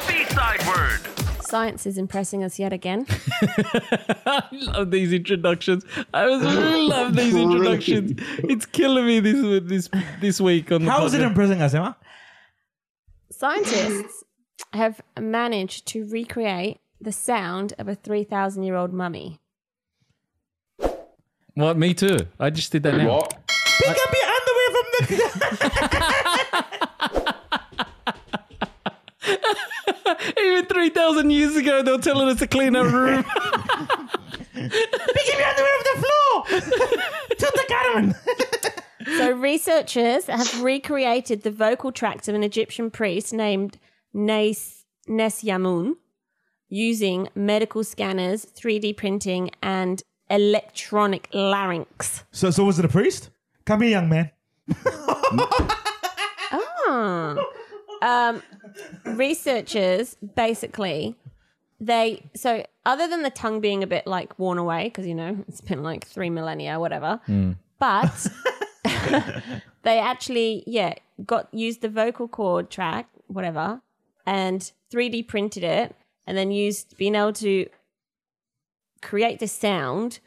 Sight word. Science is impressing us yet again. I love these introductions. I was really love these introductions. It's killing me this this this week on the How is it podcast. impressing us, Emma? Scientists have managed to recreate the sound of a 3,000 year old mummy. What? Me too. I just did that now. What? Pick up your underwear from the. Even three thousand years ago, they were telling us to clean our room. Pick up your underwear from the floor. Tutankhamun. So, researchers have recreated the vocal tracts of an Egyptian priest named Nes, Nesyamun using medical scanners, 3D printing, and electronic larynx. So, so was it a priest? Come here, young man. Ah. Um, researchers basically they so other than the tongue being a bit like worn away because you know it's been like three millennia whatever Mm. but they actually yeah got used the vocal cord track whatever and 3d printed it and then used being able to create the sound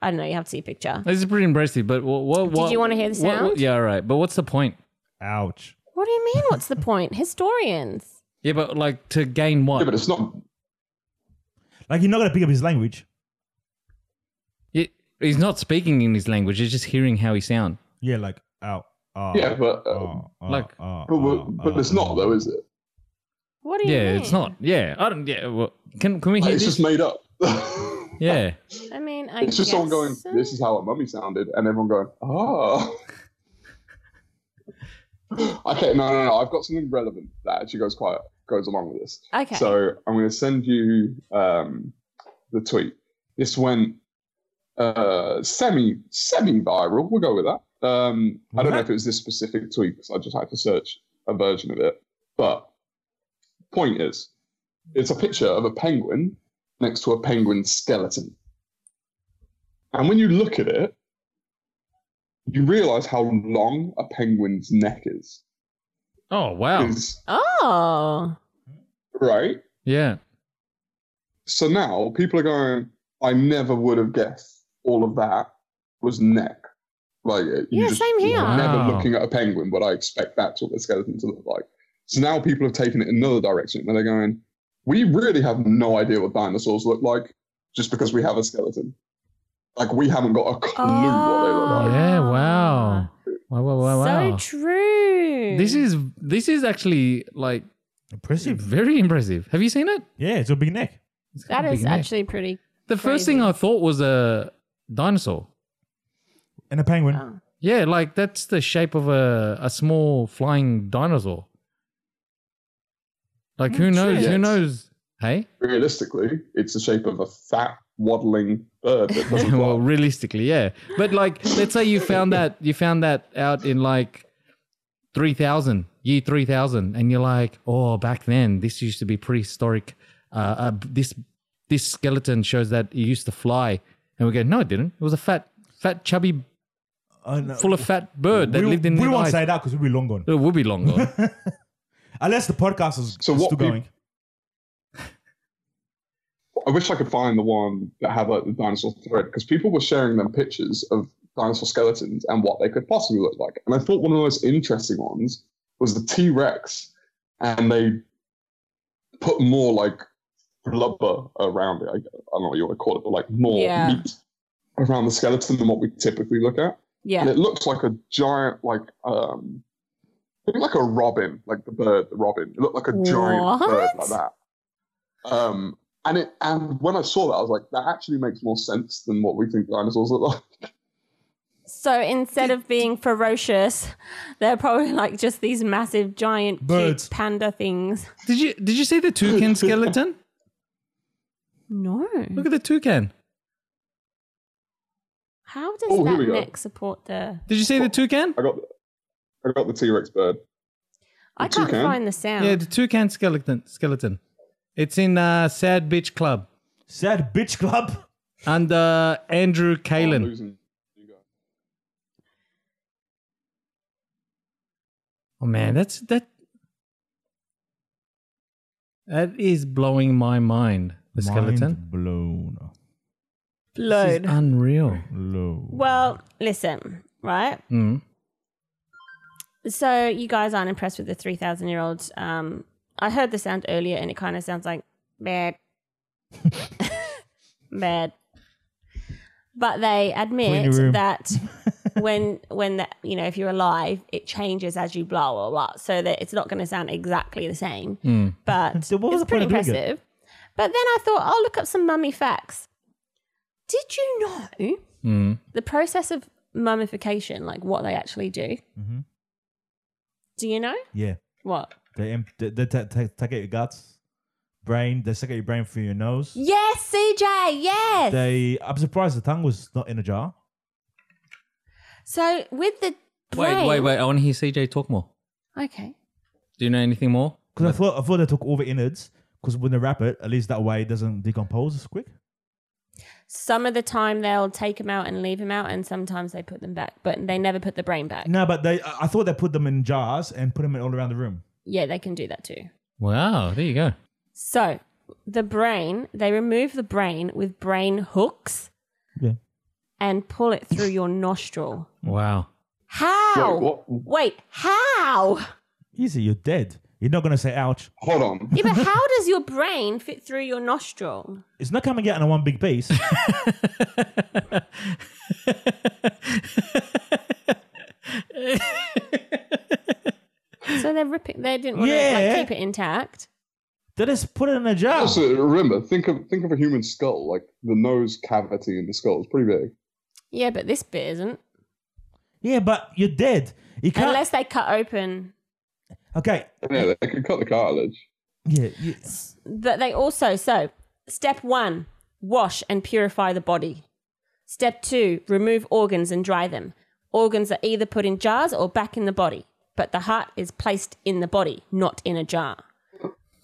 i don't know you have to see a picture this is pretty impressive. But what? what, what you wanna hear the what- what- sound? yeah, all right. But what's the point? Ouch. what do you mean what's the point historians Yeah, but like to gain what? Yeah, but it's not. Like you're not gonna pick up his language. It- he's not speaking in his language. He's just hearing how he sound. Yeah, like ow. ah, Uh, Yeah, but, uh, like- But, Oh, ah, but it's not though, is it? what do you Yeah, mean? it's not. Yeah, I don't. Yeah, well, can can we Like, hear it's this? just made up. yeah. I mean, I it's guess just someone going, so. "This is how a mummy sounded," and everyone going, "Ah." okay, no, no, no. I've got something relevant that actually goes quite goes along with this. Okay. So I'm going to send you um, the tweet. This went uh, semi semi viral. We'll go with that. Um, I don't know if it was this specific tweet because I just had to search a version of it. But point is, it's a picture of a penguin next to a penguin skeleton, and when you look at it, you realize how long a penguin's neck is. Oh wow. 'Cause- oh, Right. Yeah. So now people are going, I never would have guessed all of that was neck. Like, uh, you Yeah, just same here. you're Never Wow. looking at a penguin, but I expect that's what the skeleton to look like. So now people have taken it another direction where they're going, we really have no idea what dinosaurs look like just because we have a skeleton. Like, we haven't got a clue what they look Oh. like. Yeah. Wow. Wow. Wow. Wow. so Oh, wow. true. This is this is actually like Impressive. very impressive. Have you seen it? Yeah, it's a big neck. It's got that a is big neck. actually pretty. the first thing I thought was a dinosaur. And a penguin. Oh. Yeah, like that's the shape of a, a small flying dinosaur. Like who knows? Who Yes. knows? Hey, Realistically, it's the shape of a fat, waddling bird that doesn't well, fly. realistically, yeah. But like, let's say you found that you found that out in like three thousand year three thousand, and you're like, oh, back then this used to be prehistoric. Uh, uh, this this skeleton shows that it used to fly, and we go, no, it didn't. It was a fat, fat, chubby, Oh, no. Uh, full of fat bird that we, lived in we the won't ice. say that because we'll be long gone. it would be long gone. Unless the podcast is So is what still peop- going. I wish I could find the one that had like the dinosaur thread because people were sharing them pictures of dinosaur skeletons and what they could possibly look like. And I thought one of the most interesting ones was the T Rex, and they put more like blubber around it. I, I don't know what you want to call it, but like more Yeah. meat around the skeleton than what we typically look at. And Yeah. it looks like a giant, like um, I think like a robin, like the bird, the robin. It looked like a giant bird like What? that. Um, and it and when I saw that, I was like, that actually makes more sense than what we think dinosaurs look like. So instead of being ferocious, they're probably like just these massive, giant, Birds. cute panda things. Did you did you see the toucan skeleton? No. Look at the toucan. How does Oh, here we that go. neck support the? Did you see the toucan? I got, I got the T Rex bird. I can't toucan? find the sound. Yeah, the toucan skeleton. Skeleton. It's in uh, Sad Bitch Club Sad bitch club. under Andrew I'm Kalen. losing you guys. Oh man, that's that. That is blowing my mind. The skeleton. Mind blown. This is Load. unreal. Low. Well, listen, right? Mm. So you guys aren't impressed with the 3,000 year olds. Um, I heard the sound earlier and it kind of sounds like bad. bad. But they Clean the room. admit that when when that you know if you're alive it changes as you blow or what so that it's not going to sound exactly the same Mm. but So what was it's the pretty point of doing it? impressive but then i thought i'll look up some mummy facts did you know Mm. the process of mummification, like what they actually do. Mhm. Do you know Yeah. what? They, em- they, they ta- ta- take out your guts, brain. They suck out your brain through your nose. Yes, CJ. Yes. They. I'm surprised the tongue was not in a jar. so with the brain, Wait, wait, wait. I want to hear CJ talk more. Okay. Do you know anything more? Because I thought I thought they took all the innards. Because when they wrap it, at least that way it doesn't decompose as quick. Some of the time they'll take them out and leave them out, and sometimes they put them back, but they never put the brain back. No, but they. I I thought they put them in jars and put them in all around the room. Yeah, they can do that too. Wow, there you go. So the brain, they remove the brain with brain hooks. Yeah. And pull it through your nostril. Wow. How? Wait, what? Wait, how? Easy. You're dead. You're not gonna say ouch. Hold on. Yeah, but how does your brain fit through your nostril? It's not coming out in one big piece. So they're ripping. They didn't want to Yeah. like, keep it intact. they just put it in a jar. Also, remember, think of think of a human skull. Like the nose cavity in the skull is pretty big. Yeah, but this bit isn't. Yeah, but you're dead. You can't. Unless they cut open. okay. Yeah, they could cut the cartilage. Yeah. you- But they also so step one: wash and purify the body. Step two: remove organs and dry them. Organs are either put in jars or back in the body, but the heart is placed in the body, not in a jar.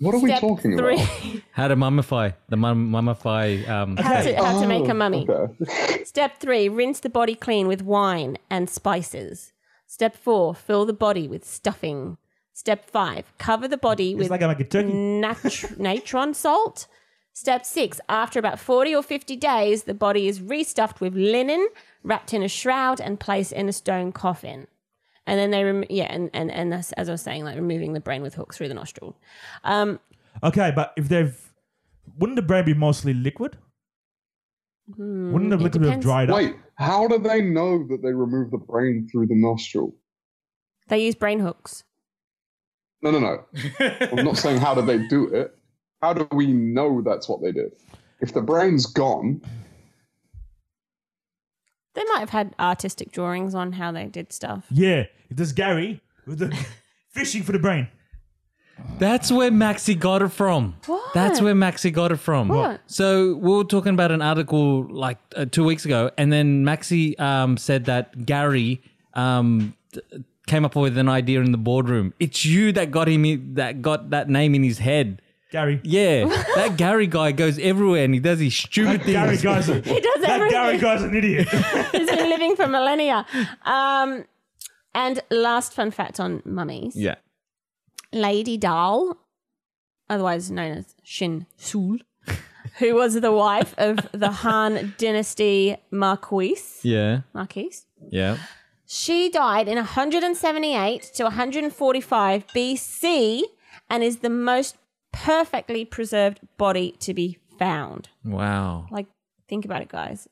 What are Step we talking three: about? How to mummify the mum- mummify? Um, how, to, Okay. how to Oh, make a mummy. Okay. Step three, rinse the body clean with wine and spices. Step four, fill the body with stuffing. Step five, cover the body It's with like I make a turkey. nat- natron salt. Step six, after about 40 or 50 days, the body is restuffed with linen, wrapped in a shroud, and placed in a stone coffin. And then they, rem- yeah, and, and, and that's, as I was saying, like removing the brain with hooks through the nostril. Um, Okay, but if they've, wouldn't the brain be mostly liquid? wouldn't the hmm, Mm, it liquid have depends. dried up? Wait, how do they know that they remove the brain through the nostril? they use brain hooks. No, no, no. I'm not saying how do they do it. How do we know that's what they did? If the brain's gone, They might have had artistic drawings on how they did stuff. Yeah, if there's Gary with the fishing for the brain. That's where Maxi got it from. What? That's where Maxi got it from. What? So we were talking about an article like uh, two weeks ago, and then Maxi um, said that Gary um, t- came up with an idea in the boardroom. It's you that got him in, that got that name in his head. Gary. Yeah, that Gary guy goes everywhere and he does his stupid things. Gary guy's a, he does that Gary everything. guy's an idiot. He's been living for millennia. Um, and last fun fact on mummies Yeah. Lady Dal, otherwise known as Shin Sul, who was the wife of the Han dynasty Marquis. Yeah. Marquis. Yeah. She died in 178 to 145 BC and is the most perfectly preserved body to be found. Wow. Like, think about it, guys.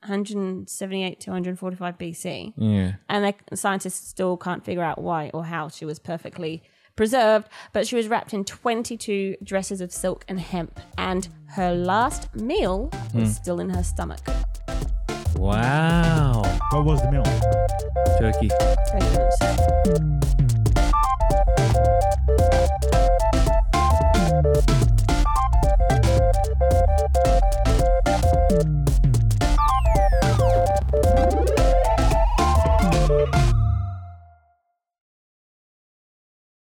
178 to 145 BC. Yeah. and the scientists still can't figure out why or how she was perfectly preserved but she was wrapped in 22 dresses of silk and hemp and her last meal was still in her stomach Wow. what was the meal? Turkey. Very good.